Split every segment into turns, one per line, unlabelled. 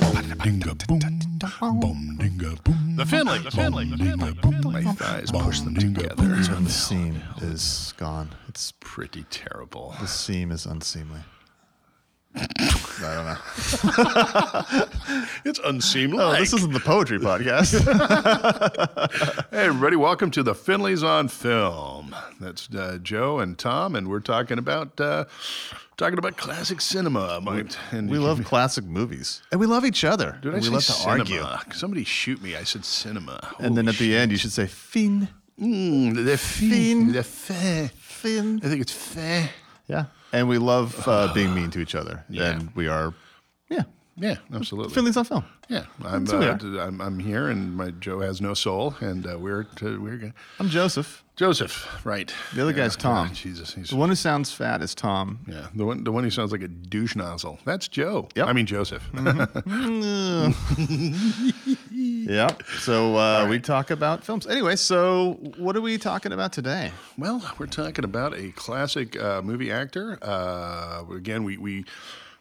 dinga boom, boom dinga boom.
The Finley, the Finley, the Finley, the Finley.
My thighs push them
Bonding
together.
up.
and
What
The seam is gone. It's
Pretty terrible.
the seam is unseemly.
I don't know.
It's unseemly.
Oh, this isn't the poetry podcast.
Hey, everybody, welcome to the Finleys on Film. That's uh, Joe and Tom, and we're talking about uh, talking about classic cinema. My, and
we love classic movies, and we love each other.
Did I
and we
say
love to
cinema?
argue.
Somebody shoot me. I said cinema.
And then at the end, you should say fin,
Mm, the fin,
Fin.
the fin.
fin.
I think it's fin.
Yeah. And we love uh, being mean to each other.
Yeah.
And we are, yeah.
Yeah, absolutely.
Finley's on film.
Yeah, I'm,
That's
uh,
all right.
d- I'm I'm here, and my Joe has no soul, and uh, we're to, we're gonna,
I'm Joseph.
Joseph, right?
The other
Yeah,
guy's Tom.
yeah, Jesus, he's
The one who sounds fat is Tom.
yeah, the one the one who sounds like a douche nozzle. That's Joe.
Yep. Mm-hmm.
I mean Joseph.
Yeah. So uh, we talk about films. Anyway, so what are we talking about today?
Well, we're talking about a classic uh, movie actor. Uh, again, we, we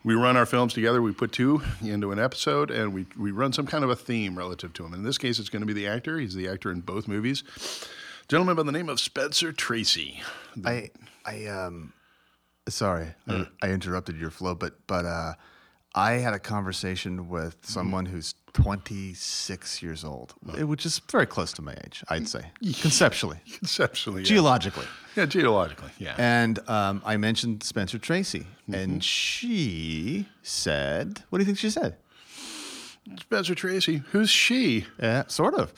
we run our films together. We put two into an episode, and we we run some kind of a theme relative to him. In this case, it's going to be the actor. He's the actor in both movies. Gentleman by the name of Spencer Tracy.
I,
I um sorry
Mm.
I, I interrupted your flow but but uh I had a conversation with
Mm-hmm.
someone who's 26 years old.
it, eh, which is very close to my age, I'd say, conceptually,
Conceptually, yeah,
geologically.
yeah geologically, yeah. Mm-hmm.
And um, I mentioned Spencer Tracy, and she said, What do you think she said?
Spencer Tracy. Who's she?
Uh, sort of.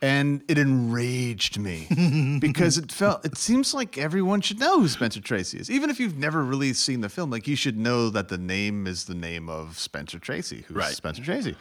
And it enraged me because it felt, it seems like everyone should know who Spencer Tracy is. Even if you've never really seen the film, like you should know that the name is the name of Spencer Tracy, who's
Right.
Spencer Tracy.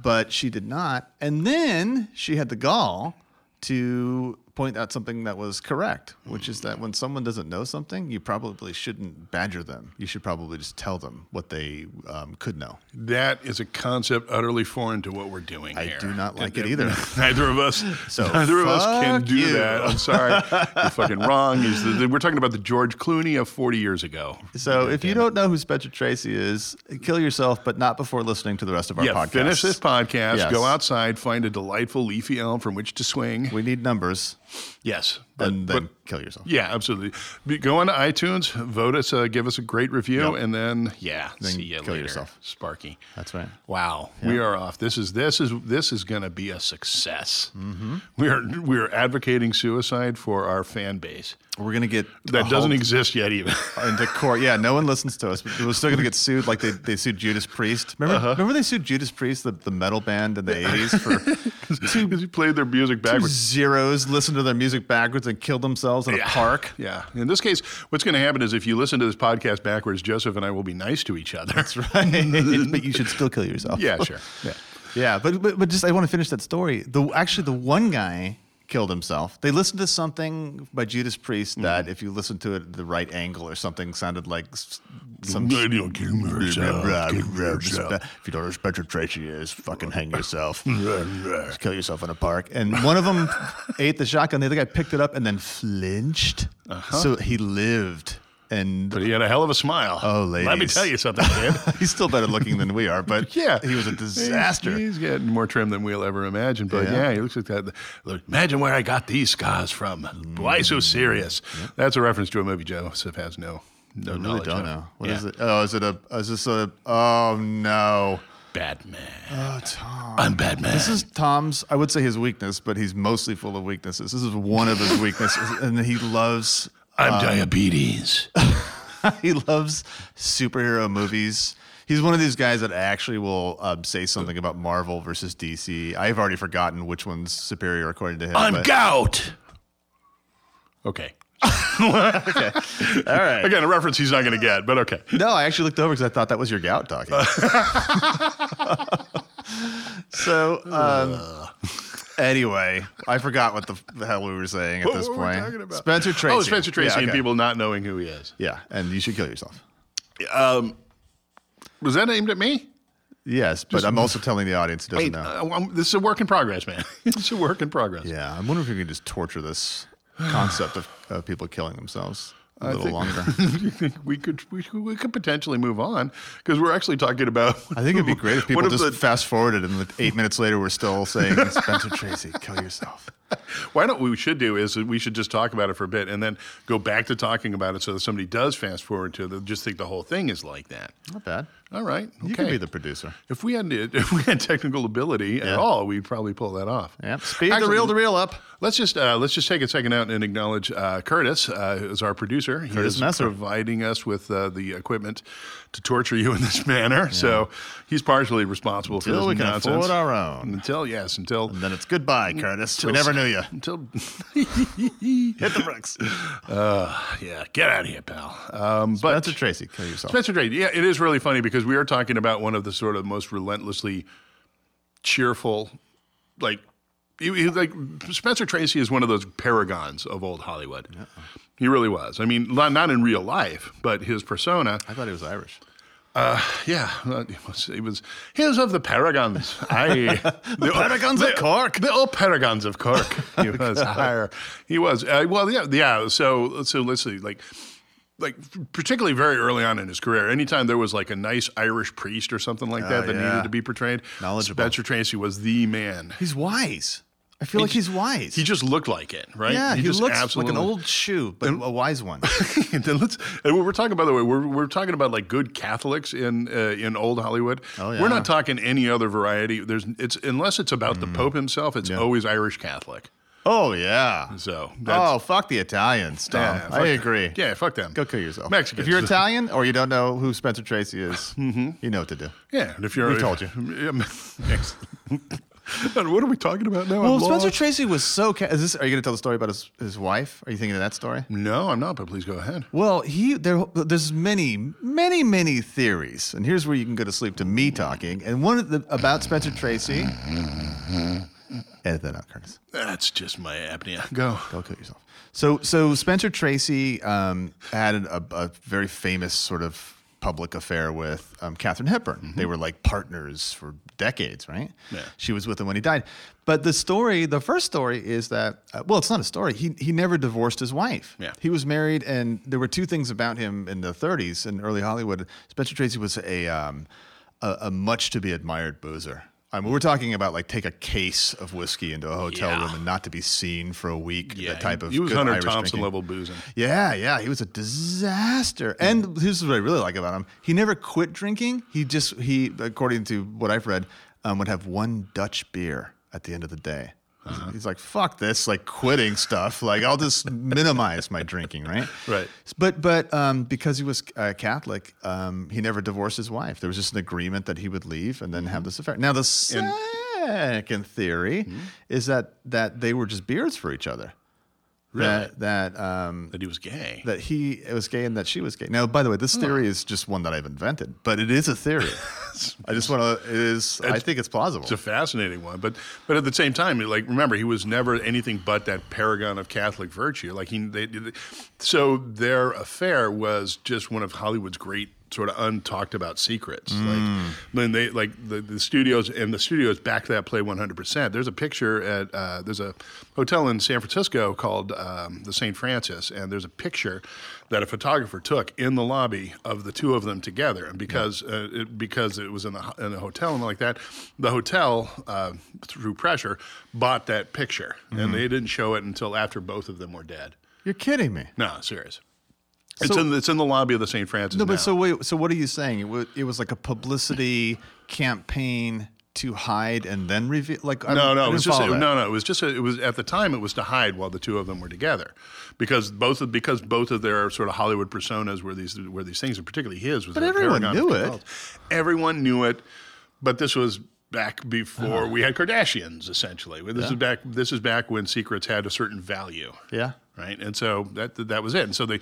But she did not. And then she had the gall to point out something that was correct, which is that when someone doesn't know something, you probably shouldn't badger them. You should probably just tell them what they um, could know.
That is a concept utterly foreign to what we're doing
I
here.
do not like
And-
it either.
Neither of us.
So
neither of us can
fuck
do
you.
that. I'm sorry. You're fucking wrong. He's the, the- we're talking about the George Clooney of 40 years ago.
So if you don't know who Spencer Tracy is, kill yourself, but not before listening to the rest of our
yeah,
podcast.
finish this podcast.
Yes.
Go outside. Find a delightful leafy elm from which to swing.
We need numbers,
yes.
and then kill yourself.
Uh, yeah, absolutely. Be- Go on to iTunes, vote us, uh, give us a great review, and then yeah, see you
kill
later,
yourself.
Sparky.
That's right.
Wow, we are off. This is this is this is going to be a success. Mm-hmm. We are we are advocating suicide for our fan base
We're gonna get
that doesn't exist yet. Even
into court. Yeah, no one listens to us. But we're still gonna get sued, like they, they sued Judas Priest. Remember,
Uh-huh.
remember they sued Judas Priest, the, the metal band in the eighties, for
because you played their music backwards.
zeros, listened to their music backwards, and killed themselves in a park.
Yeah. In this case, what's going to happen is if you listen to this podcast backwards, Joseph and I will be nice to each other. That's right.
but you should still kill yourself.
Yeah, sure. Yeah.
Yeah, but, but but just I want to finish that story. The actually the one guy killed himself. They listened to something by Judas Priest
Mm.
that if you listen to it at the right angle or something sounded like s- some
I don't care myself.
if you don't know Spencer Tracy is, fucking hang yourself. Just kill yourself in a park. And one of them ate the shotgun. The other guy picked it up and then flinched.
Uh-huh.
So he lived. And
But he had a hell of a smile.
Oh,
Let me
ladies.
tell you something, kid.
he's still better looking than we are. But
Yeah,
he was a disaster.
He's, he's getting more trim than we'll ever imagine. But yeah,
Yeah.
he looks like that. Look, imagine where I got these scars from. Why so serious? That's a reference to a movie Joseph has no no
I Mm. really
knowledge
Oh, don't
of.
know. What
Yeah.
is it? Oh, is it a? Is this a? Oh no.
Batman.
Oh, Tom.
I'm Batman.
This is Tom's. I would say his weakness, but he's mostly full of weaknesses. This is one of his weaknesses, and he loves.
I'm diabetes.
He loves superhero movies. He's one of these guys that actually will um, say something about Marvel versus DC. I've already forgotten which one's superior according to him.
I'm
but-
gout. Okay.
All right.
Again, a reference he's not going to get, but okay.
No, I actually looked over because I thought that was your gout talking. so, um, anyway, I forgot what the, the hell we were saying at
What
this
were we
point.
talking about?
Spencer Tracy.
Oh, Spencer Tracy
yeah,
and
okay.
people not knowing who he is.
Yeah, and you should kill yourself.
Um, was that aimed at me?
Yes, but I'm also telling the audience who doesn't know.
Uh, I'm- this is a work in progress, man. it's a work in progress.
yeah, I'm wondering if we can just torture this concept of, of people killing themselves. a little longer.
we could we, could- we could potentially move on because we're actually talking about.
I think it'd be great if people
one of
just
the-
fast forwarded and like, eight minutes later we're still saying Spencer Tracy, kill yourself.
Why don't we should do is we should just talk about it for a bit and then go back to talking about it so that somebody does fast forward to it. They'll just think the whole thing is like that.
Not bad.
All right, okay.
You could be the producer.
if we had if we had technical ability at
Yeah.
all, we'd probably pull that off.
Yeah. Speed the
Actually,
reel to reel up.
Let's just uh, let's just take a second out and acknowledge uh, Curtis uh, who is our producer. He
Curtis
is
Messer.
providing us with uh, the equipment to torture you in this manner. So he's partially responsible for
Till
this
we can
nonsense.
afford our own.
until yes, until
And then it's goodbye, Curtis. We
Mm, Till-
never knew you.
until
Hit the bricks.
yeah, get out of here, pal. Um, but
Spencer Tracy, kill yourself.
Spencer Drake, yeah, it is really funny because we are talking about one of the sort of most relentlessly cheerful, like, he, he- like Spencer Tracy is one of those paragons of old Hollywood. He really was. I mean, not, not in real life, but his persona.
I thought he was Irish.
Yeah, uh, it was. It was he was of the paragons. I the
Paragons of Cork.
The old paragons of Cork. He was higher. He was. Uh, well, yeah, yeah. So, so let's see. Like, like particularly very early on in his career, anytime there was like a nice Irish priest or something like that that
Oh, yeah.
needed to be portrayed,
Knowledgeable.
Spencer Tracy was the man.
He's wise. I feel like he's wise.
He just looked like it, right?
yeah, he,
just
looks like an old shoe, but a wise one.
and then let's. And what we're talking, by the way, we're, we're talking about like good Catholics in uh, in old Hollywood.
Oh, yeah. Mm-hmm.
We're not talking any other variety. There's it's unless it's about the Pope himself. It's always Irish Catholic.
oh yeah.
So
oh fuck the Italians, Tom.
yeah, fuck
I
them.
agree.
Yeah, fuck them.
Go kill yourself.
Mexicans.
If you're Italian or you don't know who Spencer Tracy is, you know what to do.
yeah, and if you're
We told you.
Yeah, Mex- And what are we talking about now?
Well,
I'm
Spencer
lost.
Tracy was so. Ca- is this? Are you going to tell the story about his, his wife? Are you thinking of that story?
no, I'm not. But please go ahead.
Well, he there. There's many, many, many theories, and here's where you can go to sleep to me talking. And one of the about Spencer Tracy. Edit that out, Curtis.
That's just my apnea. Go.
Go kill yourself. So, so Spencer Tracy um, had an, a, a very famous sort of public affair with um, Catherine Hepburn. They were like partners for decades, right?
Mm-hmm. Yeah.
She was with him when he died. But the story, the first story is that, uh, well, it's not a story. He, he never divorced his wife.
Yeah.
He was married, and there were two things about him in the 30s in early Hollywood. Spencer Tracy was a, um, a, a much to be admired boozer. I mean, we're talking about like take a case of whiskey into a hotel
Yeah.
room and not to be seen for a week
Yeah,
the type
he,
of
he was
good
Hunter
Irish
Thompson
drinking.
level boozing.
Yeah, yeah, he was a disaster. And this is what I really like about him: he never quit drinking. He just he, according to what I've read, um, would have one Dutch beer at the end of the day.
Uh-huh.
He's like, fuck this, like quitting stuff. Like I'll just minimize my drinking, right?
Right.
But but um, because he was uh, Catholic, um, he never divorced his wife. There was just an agreement that he would leave and
Mm-hmm.
then have this affair. Now the second theory is that that they were just beards for each other.
Really?
That that um,
That he was gay.
that he was gay and that she was gay. Now, by the way, this theory is just one that I've invented, but it is a theory. I just want to. It is. I think it's plausible.
It's a fascinating one, but but at the same time, like remember, he was never anything but that paragon of Catholic virtue. Like he, they, they- so their affair was just one of Hollywood's great sort of untalked about secrets. Like when they like the, the studios and the studios backed that play one hundred percent. There's a picture at uh, there's a hotel in San Francisco called um, the St. Francis, and there's a picture that a photographer took in the lobby of the two of them together. And because uh, it, because it was in the ho- in a hotel and like that, the hotel uh, through pressure bought that picture,
Mm-hmm.
and they didn't show it until after both of them were dead.
You're kidding me.
No, serious. It's
So-
in the, it's in the lobby of the St. Francis.
No, but
now.
so wait. So what are you saying? It was, it was like a publicity campaign to hide and then reveal. Like I
No,
don't- I
no, it
didn't
was just
follow that.
no, no. It was just a, it was at the time it was to hide while the two of them were together, because both of because both of their sort of Hollywood personas were these were these things, and particularly his was. But
everyone knew it.
Everyone knew it, but this was back before
Ah.
we had Kardashians. Essentially, this is back. This is back when secrets had a certain value
Yeah.
right? And so that that was it. And so they,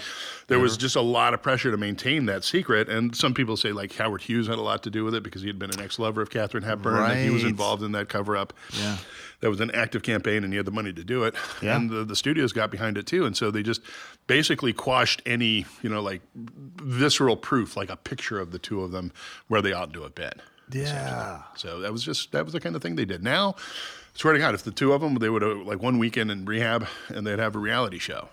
there was just a lot of pressure to maintain that secret. And some people say like Howard Hughes had a lot to do with it because he had been an ex-lover of Catherine Hepburn and he was
Right.
involved in that cover-up. Yeah. That was an active campaign, and he had the money to do it.
Yeah.
And the, the studios got behind it too, and so they just basically quashed any, you know, like visceral proof, like a picture of the two of them where they ought to have been.
Yeah.
So that was just that was the kind of thing they did. Now, swear to uh, God, if the two of them, they would have like one weekend in rehab, and they'd have a reality show.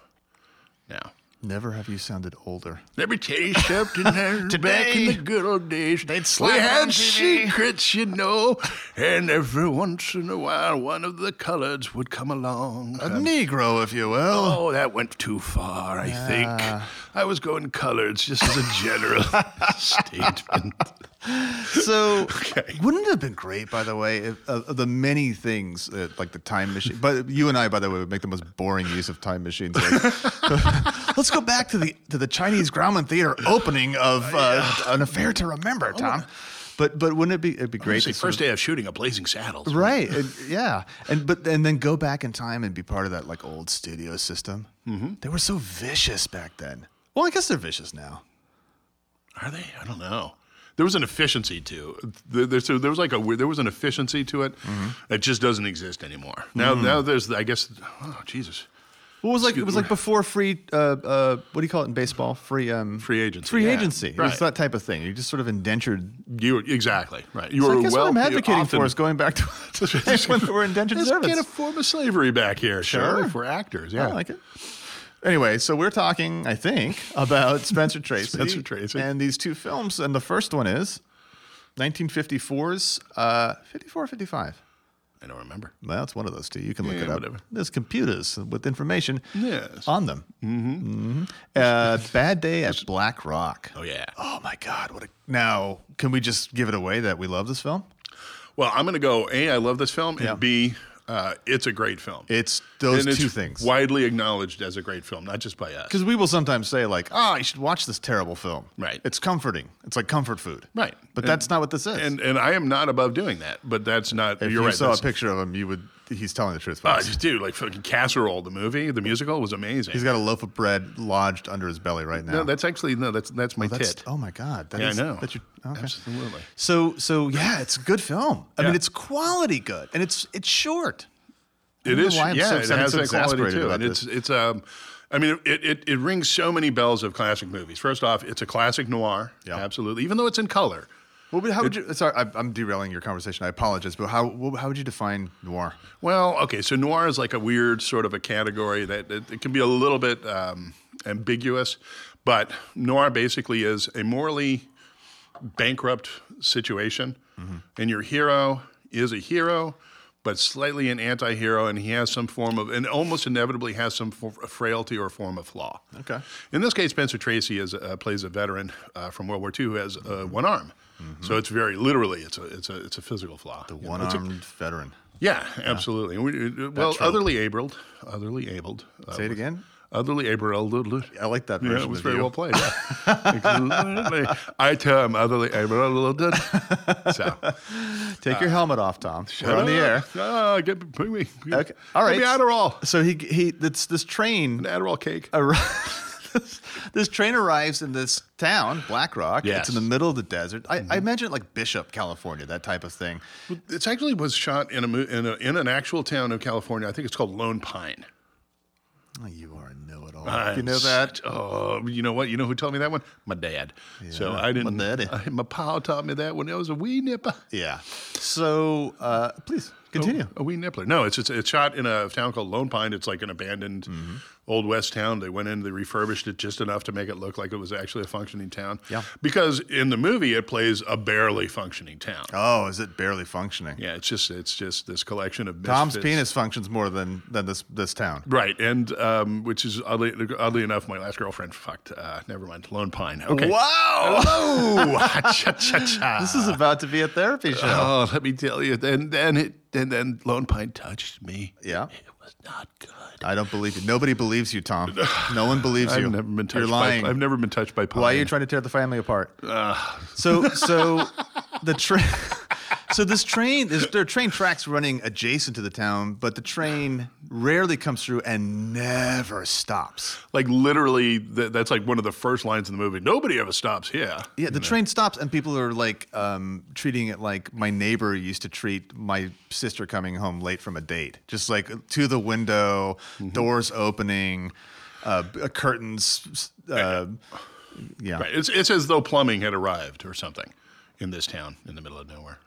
Now,
Never have you sounded older.
Let me tell you something. now, back in
Today,
the good old days,
they'd
we
slap it on
had
TV.
secrets, you know, and every once in a while, one of the coloreds would come along.
A Negro, if you will.
Oh, that went too far, I think. I was going coloreds just as a general statement.
So,
Okay.
wouldn't it have been great, by the way, if, of, of the many things that, like the time machine? But you and I, by the way, would make the most boring use of time machines. Like, let's go back to the to the Chinese Grauman Theater opening of uh, An Affair to
Oh,
Remember, Tom. But but wouldn't it be it'd be great?
Say,
to sort
first day of shooting a blazing saddles.
of- right? and- yeah, and but and then go back in time and be part of that like old studio system. Mm-hmm. They were so vicious back then. Well, I guess they're vicious now.
Are they? I don't know. There was an efficiency to there, there, so there was like a weird- there was an efficiency to it
Mm-hmm.
that just doesn't exist anymore. Now now there's I guess oh Jesus
What was like? It was like before free. Uh, uh, what do you call it in baseball? Free. Um,
Free agency.
Free
Yeah.
agency. It
Right.
was that type of thing. You just sort of indentured.
you were- exactly right. You
So
were
I guess
well
what I'm advocating
often,
for is going back to when there were indentured
Let's get a
servants.
form of slavery back here. Sure,
Sure.
for actors.
I
Yeah,
like it. Anyway, so we're talking, I think, about Spencer Tracy,
Spencer Tracy.
and these two films. And the first one is 1954's uh, 54 55.
I don't remember.
Well, that's one of those two. You can look
Yeah,
it up.
whatever.
There's computers with information
Yes.
on them. Mm-hmm. Uh, Bad Day at Black Rock.
Oh yeah.
Oh my God! What a now? Can we just give it away that we love this film?
Well, I'm going to go. A, I love this film,
Yeah.
and B, uh, it's a great film.
It's those
and it's
two things.
widely acknowledged as a great film, not just by us.
Because we will sometimes say like, "Oh, you should watch this terrible film."
Right.
It's comforting. It's like comfort food.
Right.
But
And-
that's not what this is.
And and I am not above doing that, but that's not. you're
if you
right.
saw a
that's-
picture of him, you would. He's telling the truth.
Oh,
folks.
just dude, like fucking casserole. The movie, the musical was amazing.
he's got a loaf of bread lodged under his belly right now.
no, that's actually no. That's that's my
That's-
tit.
Oh my God! That
Yeah, I
is-
know.
That you, okay.
Absolutely.
So so yeah, it's a good film. I
Yeah.
mean, it's quality good, and it's it's short.
It
don't
is,
know why I'm
yeah.
so-
it
sounding
has
so
that quality
exasperated
too,
about
and it's
this.
it's um, I mean, it, it it rings so many bells of classic movies. First off, it's a classic noir,
Yeah.
absolutely. Even though it's in color,
Well, but how would you? Sorry, I'm, I'm derailing your conversation. I apologize, but how wh- how would you define noir?
Well, okay, so noir is like a weird sort of a category that it, it can be a little bit um, ambiguous, but noir basically is a morally bankrupt situation, and your hero is a hero, but slightly an anti-hero, and he has some form of, and almost inevitably has some for, frailty or form of flaw.
Okay.
In this case, Spencer Tracy is, uh, plays a veteran uh, from World War II who has uh, one arm. So it's very literally, it's a it's a it's a physical flaw. The
One armed veteran.
yeah, absolutely. And We, uh, well,
trope.
otherly abled, otherly abled. Uh,
Say it again.
Otherly abled. uh,
I like that version.
Yeah, it was
of
very
you.
well played. Yeah. Absolutely. I term otherly abled. So,
Take your helmet off, Tom. We're on the air.
Ah, get, bring me.
Okay. All right.
Give me Adderall.
So he he that's this train
An Adderall cake.
arrives. this train arrives in this town, Black Rock.
Yes. Mm-hmm.
It's in the middle of the desert. I, I imagine it like Bishop, California, that type of thing.
It actually was shot in a, mo- in a in an actual town of California. I think it's called Lone Pine.
Oh, you are a know-it-all. you
I'm
know that.
such- Oh, you know what? You know who told me that one? My dad. so I didn't.
my daddy.
I- my pa taught me that when I was a wee nipper.
Yeah. So uh, please continue.
Oh, A wee nippler. No, it's, it's it's shot in a town called Lone Pine. It's like an abandoned
Mm-hmm.
old west town. They went in, they refurbished it just enough to make it look like it was actually a functioning town.
Yeah.
Because in the movie, it plays a barely functioning town.
Oh, is it barely functioning?
Yeah, it's just it's just this collection of
Tom's
misfits.
penis functions more than than this this town.
Right, and um, which is oddly, oddly enough, my last girlfriend fucked. Uh, never mind, Lone Pine. Okay.
Wow.
Oh, cha cha cha.
This is about to be a therapy show.
Oh, let me tell you. Then then it and then Lone Pine touched me.
Yeah.
It was not good.
I don't believe you. Nobody believes you, Tom. No one believes you.
I've never been touched.
You're lying.
By, I've never been touched by pine.
Why are you trying to tear the family apart? So, so the train. So this train, there's, there are train tracks running adjacent to the town, but the train rarely comes through and never stops.
like literally, th- that's like one of the first lines in the movie. Nobody ever stops here.
Yeah, the train stops and people are like um, treating it like my neighbor used to treat my sister coming home late from a date. Just like to the window, doors opening, uh, b- uh, curtains. Uh, yeah.
Right. It's it's as though plumbing had arrived or something in this town in the middle of nowhere.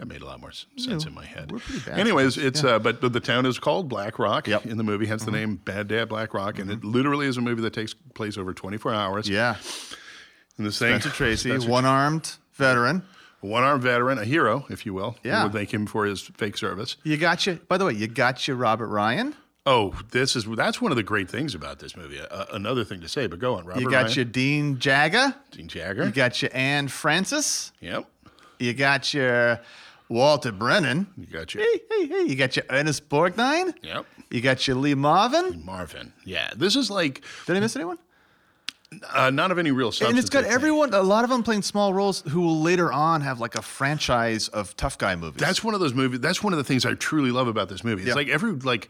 That made a lot more s- sense in my head.
Hmm. we're pretty bad
Anyways, it's uh, but the, the town is called Black Rock in the movie, hence the
Mm-hmm.
name Bad Dad Black Rock, and it literally is a movie that takes place over 24 hours.
Yeah.
and this thing,
Spencer Tracy, one armed veteran.
one armed veteran, a hero, if you will.
Yeah.
we'll thank him for his fake service.
You got you. By the way, you got you Robert Ryan.
Oh, this is that's one of the great things about this movie. Uh, another thing to say, but go on, Robert.
You got
Ryan,
you Dean Jagger.
Dean Jagger.
You got you Anne Francis.
yep.
You got your Walter Brennan.
You got you.
Hey, hey, hey. You got your Ernest Borgnine.
Yep.
You got your Lee
Mm-hmm.
Marvin.
Marvin. Yeah, this is like
Did I miss anyone?
uh, not of any real substance.
and it's got
I think.
everyone, a lot of them playing small roles who will later on have like a franchise of tough guy movies.
That's one of those movies. That's one of the things I truly love about this movie. It's
Yeah.
like every like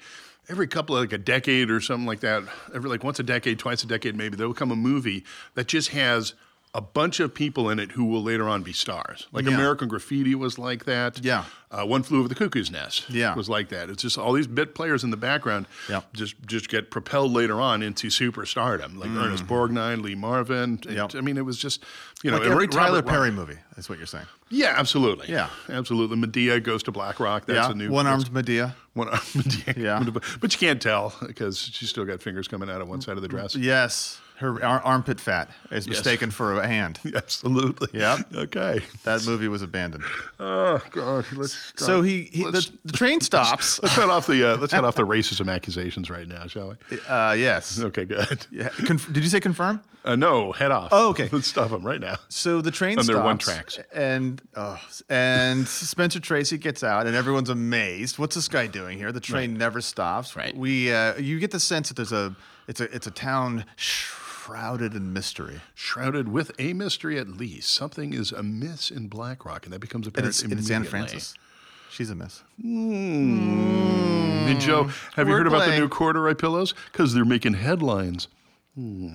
every couple of like a decade or something like that. Every like once a decade, twice a decade, maybe there will come a movie that just has a bunch of people in it who will later on be stars. Like
Yeah.
American Graffiti was like that.
Yeah.
Uh, One Flew Over the Cuckoo's Nest.
Yeah.
Was like that. It's just all these bit players in the background.
Yeah.
Just just get propelled later on into superstardom. Like Ernest Borgnine, Lee Marvin. It-
Mm. Yeah.
I mean, it was just you know
like every
Robert
Tyler
Rock-
Perry movie, is what you're saying.
yeah, absolutely.
Yeah.
absolutely. Medea goes to BlackRock. That's a new
one armed Medea.
One armed Medea.
Yeah.
but you can't tell because she's still got fingers coming out of one side of the dress.
Yes. Her ar- armpit fat is mistaken for a hand.
Absolutely.
Yep.
Okay.
That movie was abandoned.
Oh God. Let's.
So he, he the,
Let's-
the train stops.
Let's head off the uh, let's head off the racism accusations right now, shall we?
Uh, yes.
Okay, good.
Yeah, Conf- did you say confirm?
Uh, no, head off.
Oh, okay.
Let's stop them right now.
So the train
On
stops.
their one tracks.
And oh, and Spencer Tracy gets out, and everyone's amazed. What's this guy doing here? The train never stops.
Right.
We uh, you get the sense that there's a it's a it's a town shrouded in mystery.
Shrouded with a mystery, at least something is amiss in BlackRock, and that becomes
And
apparent
it's, and
immediately.
it's Anne Francis. She's a mess.
Hey, Joe, have you heard about the
Wordplay.
new corduroy pillows? Because they're making headlines. Hmm.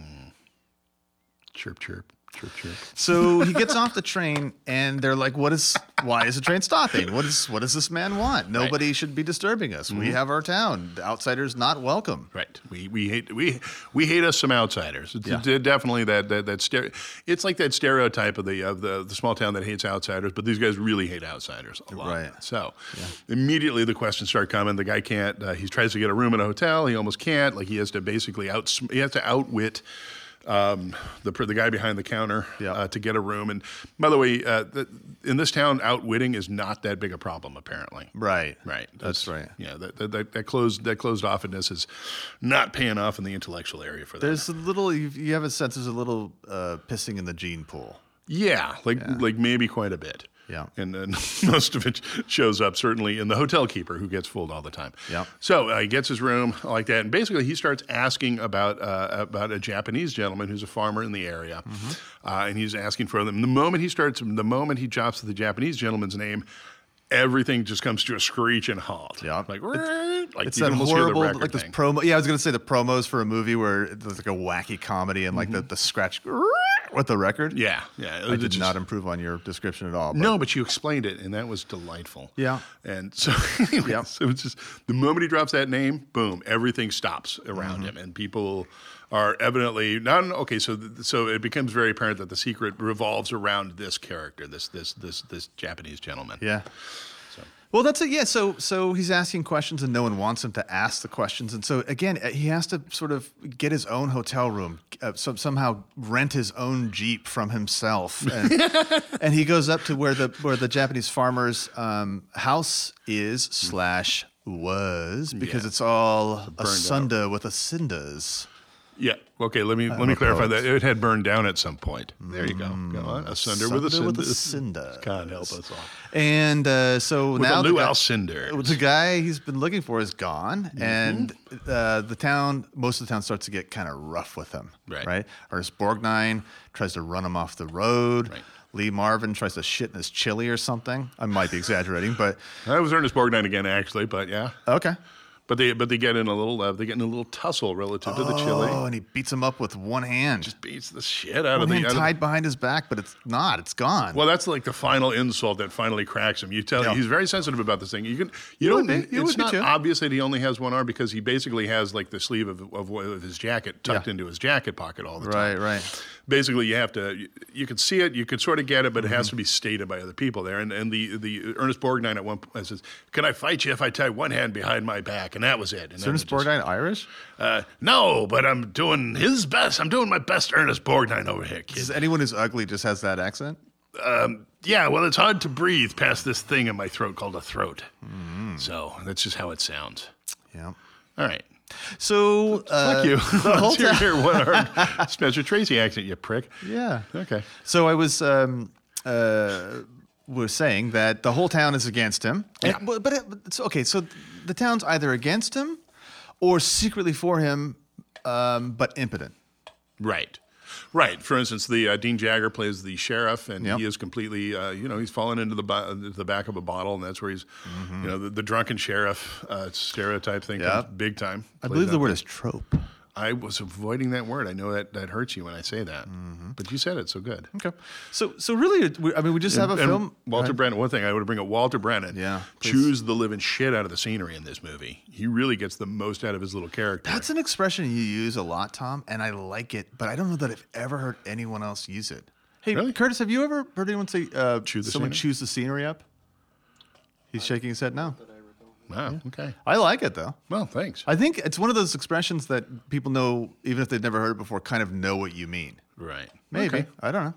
Chirp, chirp, chirp, chirp.
So he gets off the train, and they're like, "What is? Why is the train stopping? What is? What does this man want? Nobody should be disturbing us.
Mm-hmm.
We have our town. The outsiders not welcome."
Right. We, we hate we we hate us some outsiders. It's it's definitely that that that stere- It's like that stereotype of the of the, the small town that hates outsiders, but these guys really hate outsiders a lot.
Right.
So immediately the questions start coming. The guy can't. Uh, he tries to get a room in a hotel. He almost can't. Like he has to basically out he has to outwit. Um, the pr- the guy behind the counter
Yeah.
uh, to get a room, and by the way, uh, the, in this town, outwitting is not that big a problem apparently.
Right.
Right.
That's right.
Yeah, that that, that, that closed that closed offness is not paying off in the intellectual area for that.
There's a little. You, you have a sense. There's a little uh, pissing in the gene pool.
yeah, like like maybe quite a bit.
Yeah.
And then most of it shows up certainly in the hotel keeper who gets fooled all the time.
Yeah.
So uh, he gets his room like that, and basically he starts asking about uh, about a Japanese gentleman who's a farmer in the area,
Mm-hmm.
uh, and he's asking for them. The moment he starts, the moment he drops the Japanese gentleman's name. Everything just comes to a screech and halt.
Yeah.
like like
It's
you can
that
almost hear the
horrible,
record
like this
thing.
promo. Yeah, I was gonna say the promos for a movie where there's like a wacky comedy and like the, the scratch with the record.
Mm-hmm. Yeah, yeah.
I did not improve on your description at all. but-
No, but you explained it, and that was delightful.
Yeah.
And so, anyways, so it's just the moment he drops that name, boom, everything stops around
Mm-hmm.
him, and people are evidently not okay. So, th- so it becomes very apparent that the secret revolves around this character, this this this this Japanese gentleman.
Yeah. Well, that's it. Yeah. So, so he's asking questions, and no one wants him to ask the questions. And so, again, uh, he has to sort of get his own hotel room, uh, so, somehow rent his own jeep from himself, and, and he goes up to where the where the Japanese farmer's um, house
Hmm.
is slash was because it's all a sunda with a cinders.
Yeah. Okay. Let me let me clarify that it had burned down at some point. There you go. Go on. A cinder with a
Sunder
cinder.
Mm-hmm. with a cinder.
God help us all.
And uh, so
With
now
a
the guy-
luau cinder.
The guy he's been looking for is gone,
Mm-hmm.
and uh, the town, most of the town starts to get kind of rough with him.
Right.
Right. Ernest Borgnine tries to run him off the road.
Right.
Lee Marvin tries to shit in his chili or something. I might be exaggerating, but
That was Ernest Borgnine again, actually, but yeah.
okay.
But they but they get in a little uh, they get in a little tussle relative to the
Oh,
chili.
and he beats him up with one hand. Just
Beats the shit out
one
of the,
hand
out of the-
tied behind his back, but it's not. It's gone.
Well, that's like the final insult that finally cracks him. You tell
Yeah.
he's very sensitive about this thing. You can you
would
don't
be. You would
it's
be
not
too.
obvious that he only has one arm because he basically has like the sleeve of of, of his jacket tucked
Yeah.
into his jacket pocket all the time.
right. Right.
basically you have to you, you can see it, you can sort of get it, but
Mm-hmm.
it has to be stated by other people there. And and the the Ernest Borgnine at one point says, "Can I fight you if I tie one hand behind my back?" And that was it. And then
Ernest
it just-
Borgnine Irish?
uh, no, but I'm doing his best. I'm doing my best, Ernest Borgnine over here, kid.
Does anyone who's ugly just has that accent?
Yeah, well, it's hard to breathe past this thing in my throat called a throat.
Mm-hmm.
So that's just how it sounds.
Yeah.
All right.
So uh,
Fuck you.
whole
Let's hear your one-armed Spencer Tracy accent, you prick.
yeah.
Okay.
So I was um, uh, was saying that the whole town is against him. And-
Yeah.
but but it, it's okay. So the town's either against him or secretly for him, um, but impotent.
Right. Right. For instance, the uh, Dean Jagger plays the sheriff, and
Yep.
he is completely, uh, you know, he's fallen into the bo- into the back of a bottle, and that's where he's, you know, the, the drunken sheriff uh, stereotype thing comes
Mm-hmm. Yep.
big time.
I
Played
believe the
up.
word is trope.
I was avoiding that word. I know that that hurts you when I say that, but you said it so good.
Mm-hmm. Okay. So so really, we, I mean, we just have a
And
film.
Walter
Right.
Brennan. One thing I would bring up Walter Brennan.
Yeah, please.
chews the living shit out of the scenery in this movie. He really gets the most out of his little character.
That's an expression you use a lot, Tom, and I like it, but I don't know that I've ever heard anyone else use it. Hey,
Really?
Curtis, have you ever heard anyone say uh,
Chew the
someone
scenery?
chews the scenery up? He's shaking his head no.
wow. Okay.
I like it though.
Well, thanks.
I think it's one of those expressions that people know, even if they've never heard it before, kind of know what you mean.
right.
Maybe
Okay.
I don't know.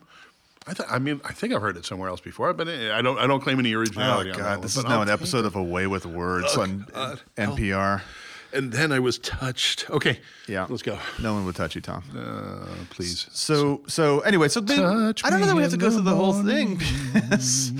I, th- I mean, I think I've heard it somewhere else before, but eh, I I don't. I don't claim any
Oh,
originality. on that one, but I'll- Oh,
episode of Away with Words on NPR.
And then I was touched. Okay.
Yeah, Oh,
Let's go.
No one would touch you, Tom.
Uh, please.
So, so anyway, so then,
Touch
I don't know that
me
we have to
in
go
the
through the whole thing because,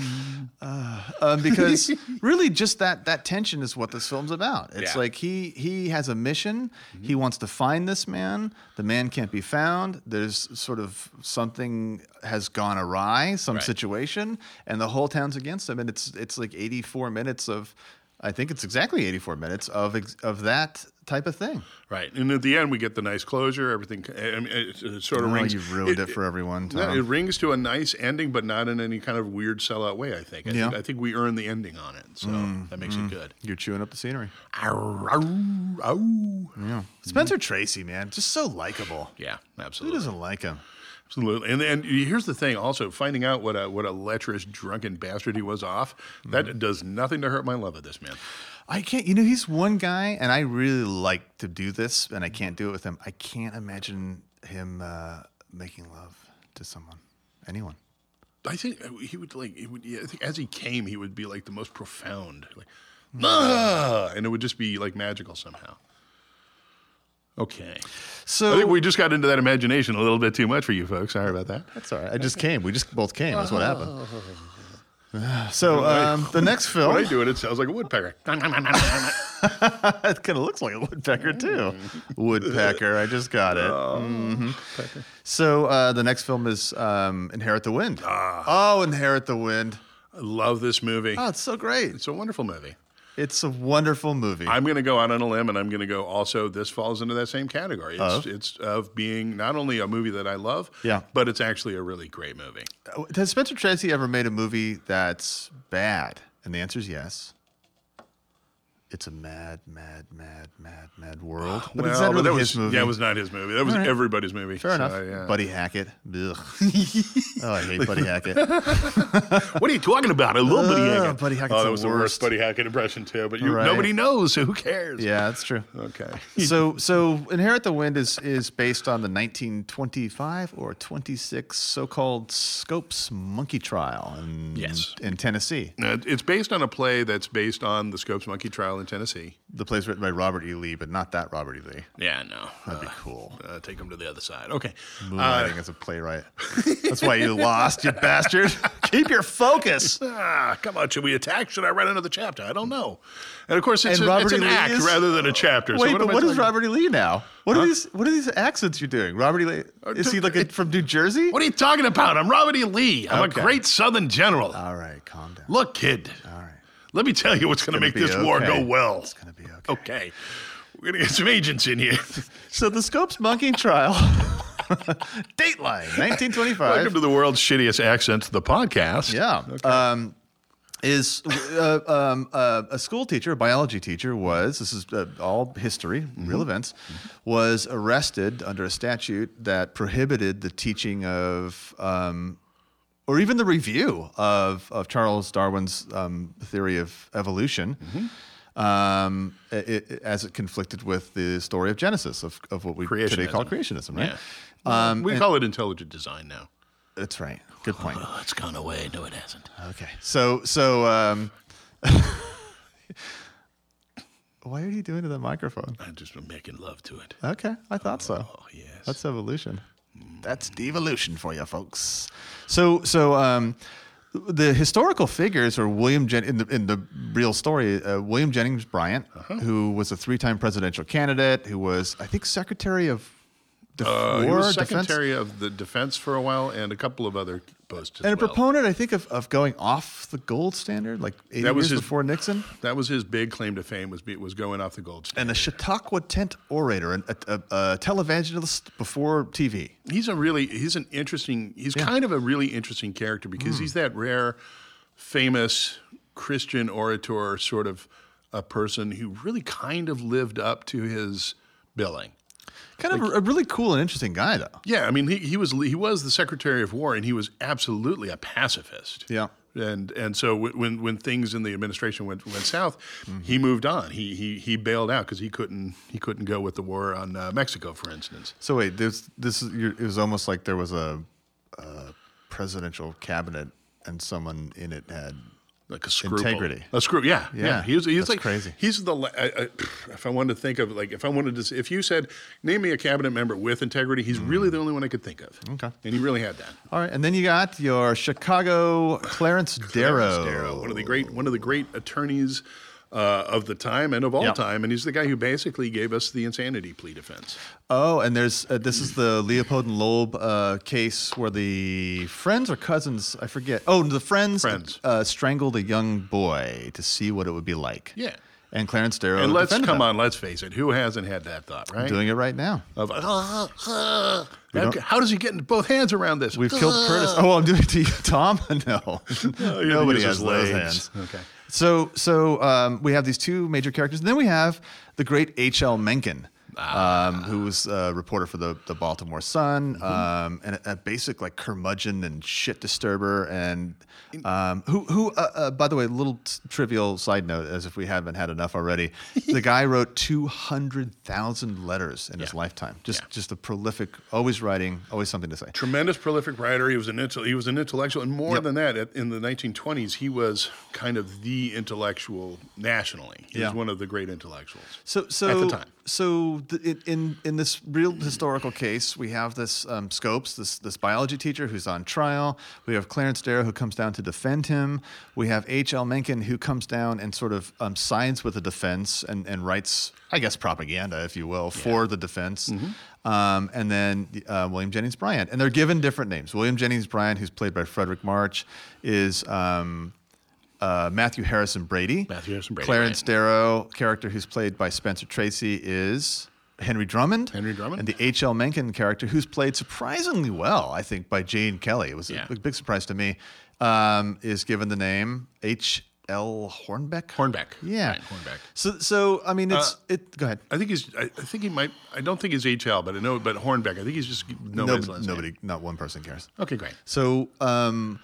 uh, um, because really just that that tension is what this film's about. It's
Yeah. Mm-hmm.
like he he has a mission. He wants to find this man. The man can't be found. There's sort of something has gone awry, some
Right.
situation, and the whole town's against him. And it's it's like 84 minutes of, I think it's exactly 84 minutes of ex- of that type of thing.
Right. And at the end, we get the nice closure. Everything. eh, I mean, it, it sort of
Oh,
rings.
you've ruined it, for everyone.
No,
Tom.
it rings to a nice ending, but not in any kind of weird sellout way. I think. I,
Yeah.
think, I think we earn the ending on it, so that makes it good.
You're chewing up the scenery.
Arr, ow, ow.
Spencer Tracy, man, just so likable.
Yeah,
Who
absolutely,
doesn't like him?
absolutely. And and here's the thing, also finding out what a what a lecherous, drunken bastard he was off. That does nothing to hurt my love of this man.
I can't. You know, he's one guy, and I really like to do this, and I can't do it with him. I can't imagine him uh, making love to someone, anyone.
I think uh, he would like. He would, yeah, I think as he came, he would be like the most profound, like, ah, and it would just be like magical somehow. Okay. I
So
think we just got into that imagination a little bit too much for you folks. Sorry about that.
that's all right. I just came. We just both came. That's what happened. So um, the next film
When I do it, it sounds like a woodpecker.
It kind of looks like a woodpecker too. Woodpecker, I just got it. Mhm. So uh, the next film is um, Inherit the Wind. Oh, Inherit the Wind.
I love this movie.
Oh, it's so great.
It's a wonderful movie.
It's a wonderful movie.
I'm going to go out on a limb, and I'm going to go. Also, this falls into that same category. It's,
Of?
it's of being not only a movie that I love,
Yeah.
but it's actually a really great movie.
Has Spencer Tracy ever made a movie that's bad? And the answer is yes. It's a mad, mad, mad, mad, mad world. But it's not
but
really
that
his
was
movie.
yeah, it was not his movie. That was
right.
everybody's movie.
Fair enough.
yeah.
Buddy Hackett. Ugh. oh, I hate Buddy Hackett.
what are you talking about? I love Buddy
Ugh,
Hackett.
Buddy Hackett's
oh,
the
that was the worst
worst.
Buddy Hackett impression too. But you,
Right.
nobody knows, so who cares?
Yeah, that's true.
Okay.
so so inherit the wind is is based on the 1925 or 26 so-called scopes monkey trial in,
Yes.
in tennessee
Uh, It's based on a play that's based on the Scopes Monkey Trial in Tennessee.
the play's written by robert e lee but not that robert e lee
Yeah, no.
that'd be cool
Uh, take them to the other side. Okay. Uh,
moonlighting as a playwright that's why you lost you bastard keep your focus
Ah, come on. Should we attack? Should I write another chapter? I don't know. And of course, it's,
And
a,
Robert
it's an
E. Lee
act
is-
rather than a chapter. so
Wait,
what
but
am I
what is
talking-
Robert E. Lee now? What are these? What are these accents you're doing? Robert E. Lee is he like a, from New Jersey?
What are you talking about? I'm Robert E. Lee. I'm
Okay.
a great Southern general.
All right, calm down.
Look, kid.
All right,
Let me tell you what's going to make
be
this war
okay.
go well.
it's gonna be okay.
Okay. We're going to get some agents in here.
So the Scopes Monkey Trial, Dateline,
Welcome
1925.
to the world's shittiest accents, the podcast.
yeah. Um, is uh, um, uh, a school teacher, a biology teacher, was this is uh, all history, real events, was arrested under a statute that prohibited the teaching of um, or even the review of of Charles Darwin's um, theory of evolution. Um, it, it- as it conflicted with the story of Genesis of, of what we today call creationism, right?
Um, we call it intelligent design now.
That's right. Good point.
Oh, it's gone away. No, it hasn't.
Okay. So so um Why are you doing to that microphone?
I'm just making love to it.
Okay, I thought so.
Oh yes.
That's evolution. That's devolution for you folks. So so um the historical figures are William Jen- in the in the real story uh, William Jennings Bryan,
Uh-huh.
who was a three-time presidential candidate, who was I think Secretary of Def-
Uh, he
War
was
Defense?
secretary of the defense for a while and a couple of other posts. As
and a
well.
proponent I think of, of going off the gold standard like 80
That was
years
his-
before Nixon.
That was his big claim to fame was be- was going off the gold standard.
and a Chautauqua tent orator, an, a, a, a televangelist before TV.
he's a really he's an interesting he's kind of a really interesting character because
Hmm.
he's that rare famous christian orator sort of a person who really kind of lived up to his billing
Kind of a, a really cool and interesting guy, though.
yeah i mean he, he was he was the secretary of war and he was absolutely a pacifist
Yeah.
and and so wh- when when things in the administration went went south,
Mm-hmm.
he moved on. He he he bailed out because he couldn't he couldn't go with the war on uh, Mexico, for instance.
So wait, there's this is you're, it was almost like there was a, a presidential cabinet and someone in it had
like a scruple.
Integrity.
A screw. Yeah, yeah.
Yeah,
He was. He's
that's
like
crazy.
He's the. la- I, I, if I wanted to think of like if I wanted to, s- if you said name me a cabinet member with integrity, he's really the only one I could think of.
Mm. Okay.
and he really had that.
all right, and then you got your Chicago Clarence Darrow.
Darrow, one of the great, one of the great attorneys. Uh, of the time and of all
Yeah.
time, and he's the guy who basically gave us the insanity plea defense.
Oh, and there's uh, this is the Leopold and Loeb uh, case where the friends or cousins, I forget. Oh, the friends,
Friends.
Uh, strangled a young boy to see what it would be like.
Yeah.
And Clarence Darrow.
And let's
defended
come
that.
on, let's face it, who hasn't had that thought, right?
Doing it right now.
of "Ah, ah, how- how does he get both hands around this?
We've killed Curtis. Oh, I'm doing it to you, Tom. no, nobody
use
has
his legs.
those hands.
Okay.
So, so um, we have these two major characters, and then we have the great H.L. Mencken,
Ah.
um, who was a reporter for the, the Baltimore Sun,
Mm-hmm.
um, and a, a basic like curmudgeon and shit disturber, and um, who who uh, uh, by the way, little t- trivial side note, as if we haven't had enough already, the guy wrote two hundred thousand letters in his lifetime. Just just a prolific, always writing, always something to say.
tremendous prolific writer. He was an intel- he was an intellectual, and more than that, at, in the 1920s, he was kind of the intellectual nationally. He
Yeah.
was one of the great intellectuals.
So, so
the time.
So, th- in, in in this real historical case, we have this um, Scopes, this this biology teacher who's on trial. We have Clarence Darrow who comes down to defend him. We have H. L. Mencken who comes down and sort of um, sides with the defense and and writes, I guess, propaganda, if you will, for the defense.
Mm-hmm.
Um, and then uh, William Jennings Bryan, and they're given different names. William Jennings Bryan, who's played by Frederick March, is. Um, uh, Matthew Harrison Brady.
Matthew Harrison Brady,
Clarence
right.
Darrow, character who's played by Spencer Tracy, is Henry Drummond.
Henry Drummond.
And the H.L. Mencken character, who's played surprisingly well, I think, by Jane Kelly. It was
Yeah.
a big surprise to me, um, is given the name H.L. Hornbeck.
Hornbeck.
Yeah.
Right, Hornbeck. Uh,
So, so I mean, it's, it, go ahead.
I think he's. I, I think he might. I don't think he's HL, but I know. But Hornbeck. I think he's just nobody's
Nobody,
last name.
nobody not one person cares.
Okay, great.
So um,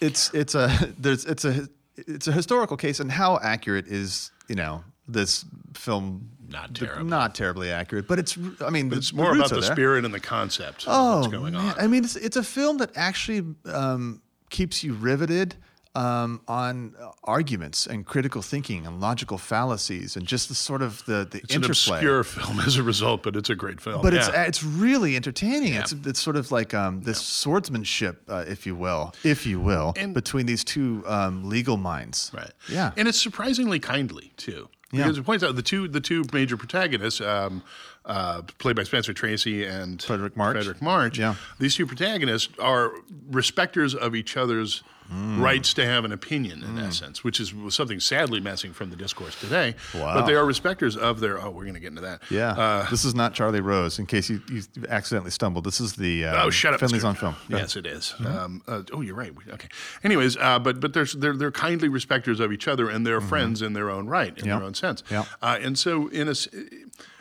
it's it's a there's it's a it's a historical case, and how accurate is you know this film?
Not
th-
terrible.
Not terribly accurate, but it's I mean
But it's more about the spirit and the concept.
Oh,
of what's going
man.
on?
I mean, it's it's a film that actually um, keeps you riveted. Um, on uh, arguments and critical thinking and logical fallacies and just the sort of the the
it's an
interplay.
obscure film as a result, but it's a great film.
But
Yeah.
it's it's really entertaining. It's it's sort of like um, this swordsmanship, uh, if you will, if you will, between these two um, legal minds.
Right.
Yeah.
And it's surprisingly kindly too.
Yeah.
Because it points out the two the two major protagonists, um, uh, played by Spencer Tracy and
Frederick March.
Frederick March.
Yeah.
These two protagonists are respecters of each other's
Mm.
rights to have an opinion in essence, which is something sadly missing from the discourse today. But they are respecters of their. Oh, we're going to get into that.
Yeah.
Uh,
this is not Charlie Rose, in case you, you accidentally stumbled. This is the. Um,
Oh, shut up!
Finley's
Scrooge.
on film. Mm-hmm.
Yes, it is. Um, uh, oh, you're right. We- Okay. Anyways, uh, but but there's they're they're kindly respecters of each other and they're
Mm-hmm.
friends in their own right, in
Yep.
their own sense.
Yep.
Uh, and so in a. s-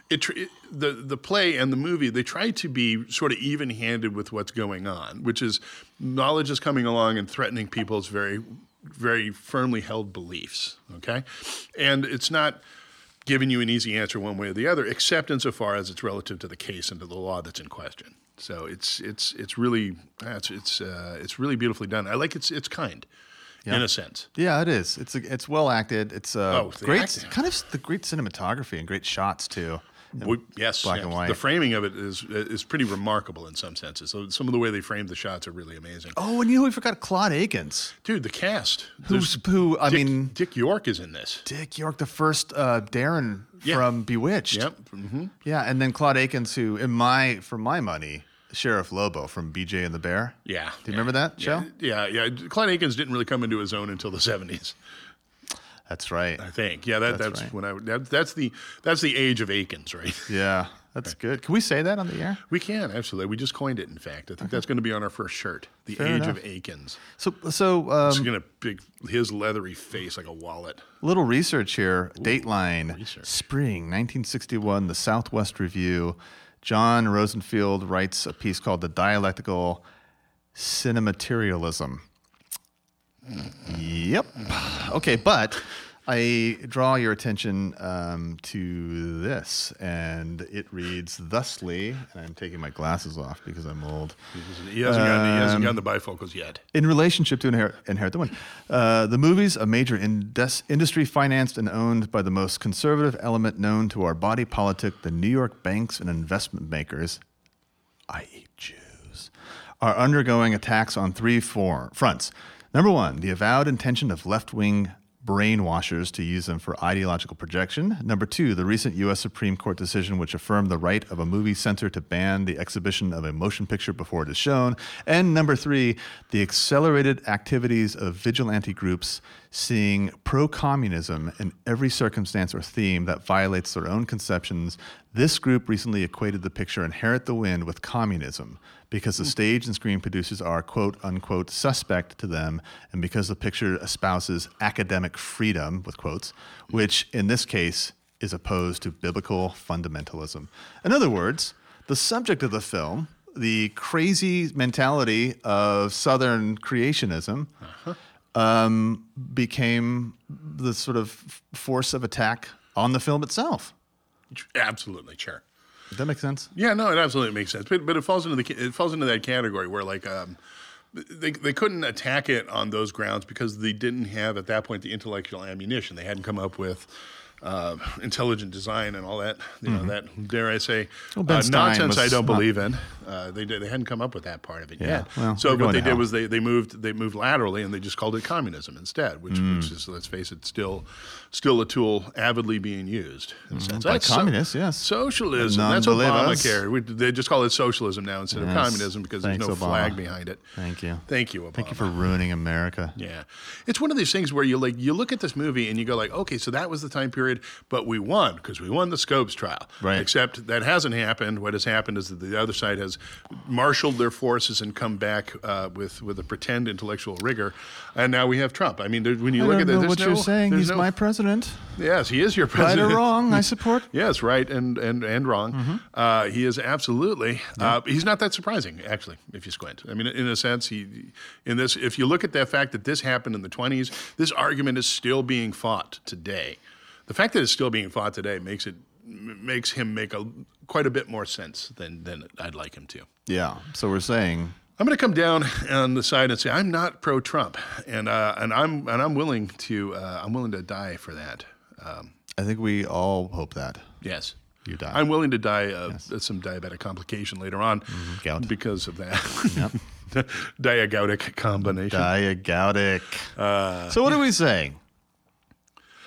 It, tr- it, the the play and the movie they try to be sort of even handed with what's going on, which is knowledge is coming along and threatening people's very very firmly held beliefs. Okay, and it's not giving you an easy answer one way or the other, except insofar as it's relative to the case and to the law that's in question. So it's it's it's really ah, it's it's uh, it's really beautifully done. I like it's it's kind, in a sense.
Yeah, it is. It's a, it's well acted. It's uh,
Oh, the
great,
acting.
kind of s- the great cinematography and great shots too.
We, yes,
black
yeah.
and white.
The framing of it is is pretty remarkable in some senses. So some of the way they frame the shots are really amazing.
Oh, and you know we forgot Claude Akins,
Dude, the cast.
who's
There's-
who? I
Dick,
mean,
Dick York is in this.
Dick York, the first uh, Darren
Yeah.
from Bewitched.
Yep. hmm
Yeah, and then Claude Akins, who in my for my money, Sheriff Lobo from BJ and the Bear.
Yeah.
Do you remember that show?
Yeah, yeah. Clyde Akins didn't really come into his own until the '70s.
That's right.
I think. Yeah, that, that's,
That's right.
when I that, that's the that's the age of Aikens, right?
Yeah, that's good. Can we say that on the air?
We can absolutely. We just coined it. In fact, I think that's going to be on our first shirt. The
Fair
age
enough.
of Aikens.
So, so um,
It's going to big his leathery face like a wallet.
Little research here. Dateline,
research.
spring 1961, the Southwest Review. John Rosenfield writes a piece called The Dialectical Cinematerialism. Yep. Okay, but I draw your attention um, to this, and it reads thusly, and I'm taking my glasses off because I'm old.
He hasn't gotten he hasn't
Um,
gotten the bifocals yet.
In relationship to inherit, inherit the wind, uh, the movie's a major indes- industry financed and owned by the most conservative element known to our body politic, the New York banks and investment makers, i.e., Jews, are undergoing attacks on three four fronts. Number one, the avowed intention of left wing brainwashers to use them for ideological projection. Number two, the recent U.S. Supreme Court decision which affirmed the right of a movie censor to ban the exhibition of a motion picture before it is shown. And number three, the accelerated activities of vigilante groups seeing pro communism in every circumstance or theme that violates their own conceptions. This group recently equated the picture Inherit the Wind with communism because the stage and screen producers are quote unquote suspect to them and because the picture espouses academic freedom with quotes, which in this case is opposed to biblical fundamentalism. In other words, the subject of the film, the crazy mentality of Southern creationism, um, became the sort of force of attack on the film itself.
Absolutely, sure.
Does that make sense?
Yeah, no, it absolutely makes sense. But but it falls into the ca- it falls into that category where like um, they they couldn't attack it on those grounds because they didn't have at that point the intellectual ammunition. They hadn't come up with. Uh, intelligent design and all that, you know, that dare I say,
Mm-hmm. Ben
uh,
Stein
nonsense
was
I don't
not-
believe in. Uh, they did- they hadn't come up with that part of it yet.
well,
so
we're
what
going
they
to
did
hell.
was they, they moved they moved laterally and they just called it communism instead, which,
Mm.
which is let's face it, still still a tool avidly being used. In a sense.
Mm, By
That's so-
communists, yes.
Socialism. That's
Non-believers.
Obamacare. We, they just call it socialism now instead of
Yes.
communism because there's
Thanks,
no
Obama.
flag behind it.
Thank you.
Thank you, Obama.
Thank you for ruining America.
yeah, it's one of these things where you like you look at this movie and you go like, okay, so that was the time period, but we won because we won the Scopes trial.
Right.
Except that hasn't happened. What has happened is that the other side has marshaled their forces and come back uh, with with a pretend intellectual rigor, and now we have Trump. I mean, there, when you look
I
at
don't
that,
know
there's
what
no-
you're saying.
there's
He's
no-
my president.
Yes, he is your
Right
president.
or wrong, I support.
Yes, right, and and and wrong. Uh, he is absolutely. Uh, he's not that surprising, actually, if you squint. I mean, in a sense, he in this. If you look at the fact that this happened in the twenties, this argument is still being fought today. The fact that it's still being fought today makes it m- makes him make a quite a bit more sense than than I'd like him to.
Yeah. So we're saying
I'm going to come down on the side and say I'm not pro Trump, and uh, and I'm and I'm willing to uh, I'm willing to die for that. Um,
I think we all hope that.
yes.
You die.
I'm willing to die of uh, some diabetic complication later on
Mm-hmm. Gout.
because of that. Diagoutic combination.
Diagoutic. so what are we saying?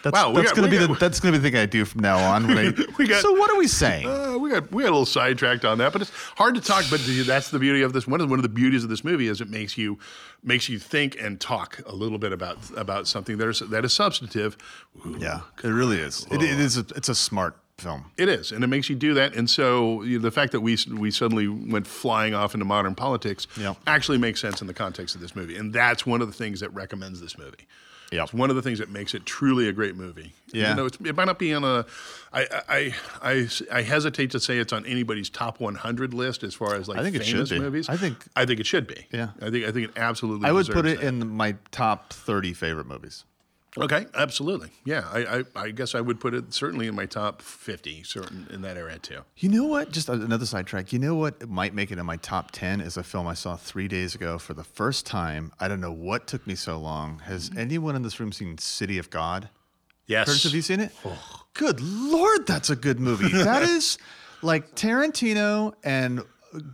That's,
Uh, Wow, we
that's
got-
gonna
we
be
got-
the that's gonna be the thing I do from now on. when I-
We got-
so what are we saying?
Uh, we got we got a little sidetracked on that, but it's hard to talk. But the- that's the beauty of this. One of the, one of the beauties of this movie is it makes you makes you think and talk a little bit about about something that is that is substantive. Ooh,
yeah,
It really is. It, it is. A, it's a smart film.
It is, and it makes you do that. And so you know, the fact that we we suddenly went flying off into modern politics
Yeah.
actually makes sense in the context of this movie, and that's one of the things that recommends this movie.
Yeah.
it's one of the things that makes it truly a great movie.
Yeah.
you know, it's, it might not be on a. I, I I I hesitate to say it's on anybody's top 100 list as far as like
I think it
famous
should be.
movies.
I think-
I think it should be.
Yeah.
I think I think it absolutely.
I would put
deserves
it
that.
in my top thirty favorite movies.
Okay, absolutely. Yeah, I, I I guess I would put it certainly in my top 50, certain in that area too.
You know what? Just another sidetrack. You know what might make it in my top 10 is a film I saw three days ago for the first time. I don't know what took me so long. Has anyone in this room seen City of God?
Yes.
Curtis, have you seen it? Good Lord, that's a good movie. That is like Tarantino and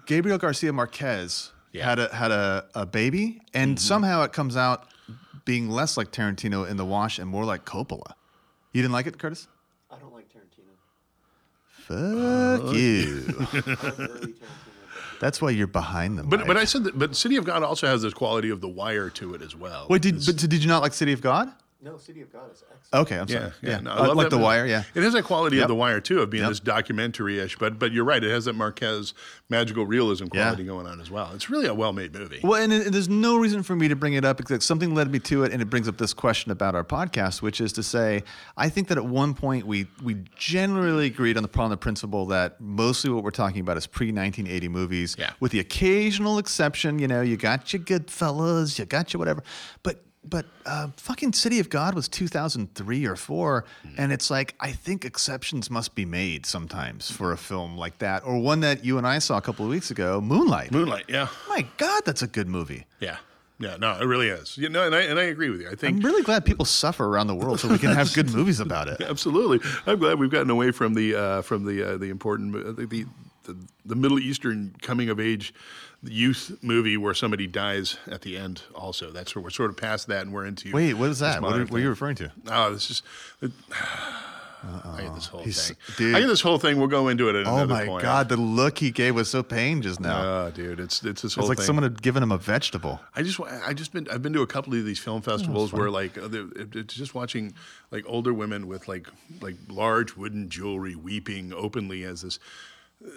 Gabriel Garcia Marquez
Yeah.
had a had a, a baby, and somehow it comes out being less like Tarantino in the wash and more like Coppola. You didn't like it, Curtis?
I don't like Tarantino.
Fuck you.
I like early Tarantino.
That's why you're behind them.
But but I said that. But City of God also has this quality of the wire to it as well.
Wait, did but did you not like E City of God?
No, City of God is excellent.
Okay, I'm
yeah,
sorry.
yeah, no, I
Uh,
love
like
that
The
movie.
Wire. Yeah,
it has that quality of
Yep.
the wire too, of being
Yep.
this documentary-ish. But but you're right, it has that Marquez magical realism quality
Yeah.
going on as well. It's really a well-made movie.
Well, and, and there's no reason for me to bring it up because something led me to it, and it brings up this question about our podcast, which is to say, I think that at one point we we generally agreed on the problem, the principle that mostly what we're talking about is pre 1980 movies,
Yeah.
with the occasional exception, you know, you got your Goodfellas, you got your whatever, but. But uh, fucking City of God was 2003 or four, and it's like I think exceptions must be made sometimes for a film like that, or one that you and I saw a couple of weeks ago, Moonlight.
Moonlight, yeah,
My God, that's a good movie.
yeah, yeah. No, it really is. You know, and I and I agree with you. I think
I'm really glad people suffer around the world so we can have good movies about it.
Absolutely, I'm glad we've gotten away from the uh, from the uh, the important uh, the, the the Middle Eastern coming of age youth movie where somebody dies at the end. Also, that's where we're sort of past that and we're into.
Wait, what is
this
that? What
modern
are, what are
thing.
you referring to?
Oh, this is. It, I get this whole
He's-
thing.
dude.
I get this whole thing. We'll go into it at
Oh
another
my
point.
God, the look he gave was so pained just now.
Oh, dude, it's it's this whole
it's like
thing.
someone had given him a vegetable.
I just wa- I just been I've been to a couple of these
Oh,
film festivals where like uh, they're- it- it's just watching like older women with like like large wooden jewelry weeping openly as this uh,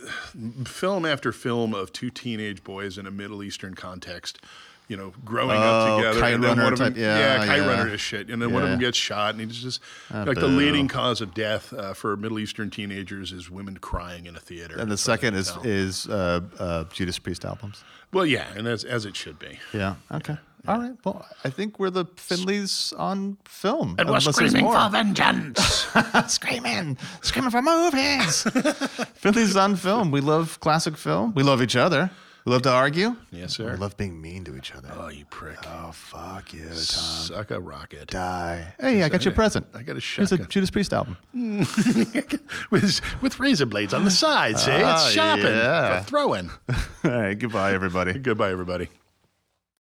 film after film of two teenage boys in a Middle Eastern context. You know, growing up
Oh,
together,
Kite
and then
Runner
one of them,
type- yeah,
yeah, Kite
yeah.
Runner is shit, and then one of
Yeah.
them gets shot, and he's just like the
boo.
leading cause of death uh, for Middle Eastern teenagers is women crying in a theater.
And the second is is uh, uh, Judas Priest albums.
well, yeah, and as as it should be.
Yeah. Okay. All right. Well, I think we're the Finleys on film.
And we're
unless there's
screaming
more.
for vengeance.
screaming, screaming for movies. Finleys on film. We love classic film. We love each other. We love to argue.
Yes, sir.
We love being mean to each other.
Oh, you prick.
Oh fuck you, Tom.
Suck a rocket.
Die. Hey, I got you a present.
I got a
Here's a
shotgun.
Judas Priest album.
with, with razor blades on the side, see? It's
Ah,
sharpened
yeah.
for throwing.
All right, goodbye, everybody.
Goodbye, everybody.